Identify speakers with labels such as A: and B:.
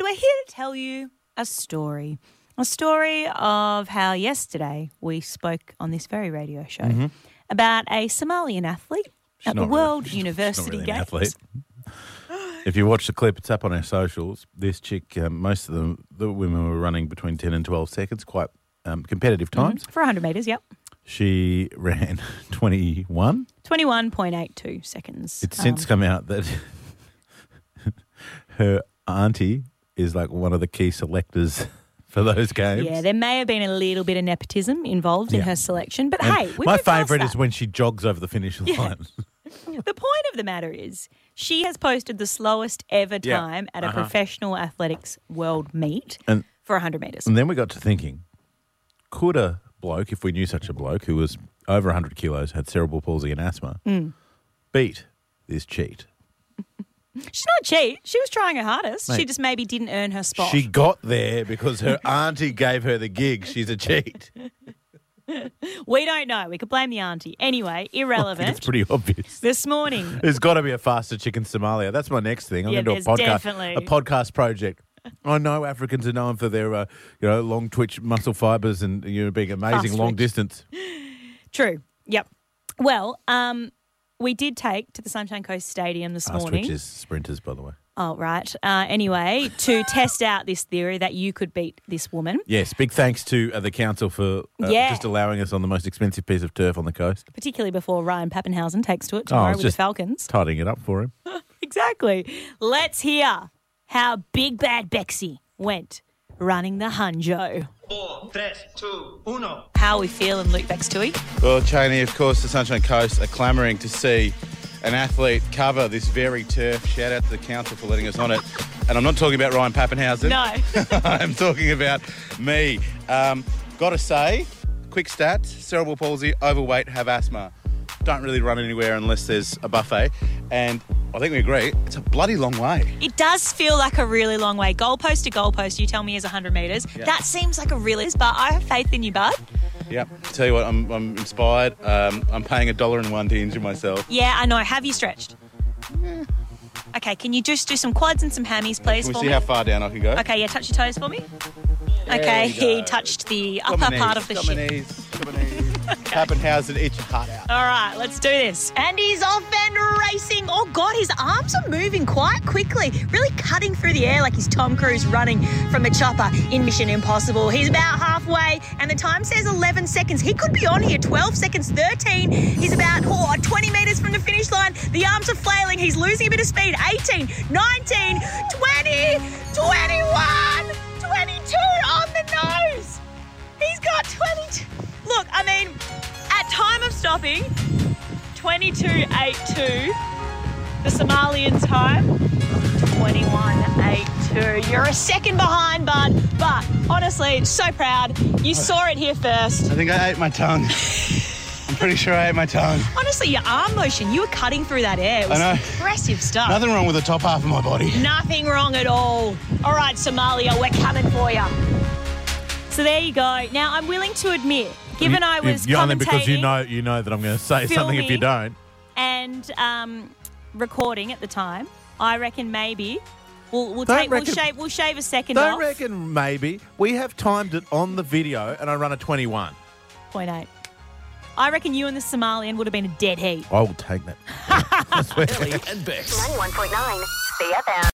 A: we're here to tell you a story. A story of how yesterday we spoke on this very radio show about a Somalian athlete at the
B: not really-
A: World
B: Mm-hmm. she's not
A: University
B: really an
A: Games.
B: athlete. If you watch the clip, it's up on our socials. This chick, um, most of them, the women were running between 10 and 12 seconds, quite um, competitive times.
A: Mm-hmm. For 100 metres, yep.
B: She ran 21.
A: 21.82 seconds.
B: It's since come out that her auntie is like one of the key selectors for those games.
A: Um, Yeah, there may have been a little bit of nepotism involved in
B: Yeah.
A: her selection, but
B: And
A: hey, we
B: my
A: moved past
B: favourite
A: that.
B: is when she jogs over the finish line.
A: The point of the matter is, she has posted the slowest ever
B: Yeah. Uh-huh.
A: time at a professional athletics world meet
B: And- Mm-hmm.
A: for 100 metres.
B: And then we got to thinking could a bloke, if we knew such a bloke who was over 100 kilos, had cerebral palsy and asthma,
A: Hmm.
B: beat this cheat?
A: She's not cheat. She was trying her hardest. she
B: Mate.
A: just maybe didn't earn her spot.
B: She got there because her auntie gave her the gig. She's a cheat.
A: we don't know. We could blame the auntie. Anyway,
B: I think it's
A: irrelevant.
B: pretty obvious.
A: This morning,
B: There's got to be a faster chicken Somalia. That's my next thing. I'm
A: Yeah,
B: going to do a
A: there's
B: podcast,
A: definitely-
B: a podcast project. I know Africans are known for their, uh, you know, long twitch muscle fibers and you know being amazing
A: Fast
B: long
A: twitch.
B: distance.
A: True. Yep. Well, um, we did take to the Sunshine Coast Stadium this
B: Fast
A: morning.
B: twitch is sprinters, by the way.
A: Oh, right. Uh, anyway, to test out this theory that you could beat this woman,
B: Yes, big thanks to uh, the council for uh,
A: Yeah.
B: just allowing us on the most expensive piece of turf on the coast,
A: particularly before Ryan Pappenhausen takes to it tomorrow with
B: Oh, just-
A: the Falcons.
B: tidying it up for him.
A: Exactly. Let's hear how Big Bad Bexy went running the Hunjo.
C: Four, tres, two, uno.
A: How are we feeling, Luke Bextui?
D: Well, Cheney, of course, the Sunshine Coast are clamouring to see an athlete cover this very turf. Shout out to the council for letting us on it. And I'm not talking about Ryan Pappenhausen.
A: No.
D: I'm talking about me. Um, gotta say, quick stats cerebral palsy, overweight, have asthma. Don't really run anywhere unless there's a buffet. And I think we agree, it's a bloody long way.
A: It does feel like a really long way. Goalpost to goalpost, you tell me, is 100 metres. That seems like a really, but I have faith in you, bud.
D: Yep. Tell you what, I'm, I'm inspired. Um, I'm paying a dollar and one to injure myself.
A: Yeah, I know. Have you stretched? Okay, can you just do some quads and some hammies, please,
D: Can we
A: for
D: see
A: me?
D: how far down I can go?
A: okay, yeah, touch your toes for me. Okay,
D: There we
A: he
D: go.
A: touched the
D: Got my
A: upper part
D: knees,
A: of the
D: got my
A: shin.
D: knees, got my knees. Pappenhausen, itch your heart out.
A: All right, let's do this. And he's off and racing. Oh, God, his arms are moving quite quickly, really cutting through the air like he's Tom Cruise running from a chopper in Mission Impossible. He's about halfway, and the time says 11 seconds. He could be on here 12 seconds, 13. He's about oh, 20 metres from the finish line. The arms are flailing. He's losing a bit of speed. 18, 19, 20, 21, 22 on the nose. He's got 22. Look, I mean, at time of stopping, 22.82. The Somalian time, 21.82. You're a second behind, bud. But honestly, so proud. You saw it here first.
D: I think I ate my tongue. I'm pretty sure I ate my tongue.
A: Honestly, your arm motion, you were cutting through that air. It was
D: know.
A: impressive stuff.
D: Nothing wrong with the top half of my body.
A: Nothing wrong at all. All right, Somalia, we're coming for you. So there you go. Now, I'm willing to admit, given
B: You-
A: I
B: you-
A: was
B: you're
A: commentating
B: only because you know you know that I'm going to say something if you
A: filming.
B: don't.
A: and um, recording at the time, I reckon maybe we'll, we'll,
B: Don't
A: take,
B: reckon-
A: we'll, shave, we'll shave a second
B: Don't
A: off.
B: reckon maybe we have timed it on the video, and I run a 21.
A: Point eight. I reckon you and the Somalian would have been a dead heat.
B: I will take that. I swear.
E: Ellie and Bex.
F: 91.9 CFM.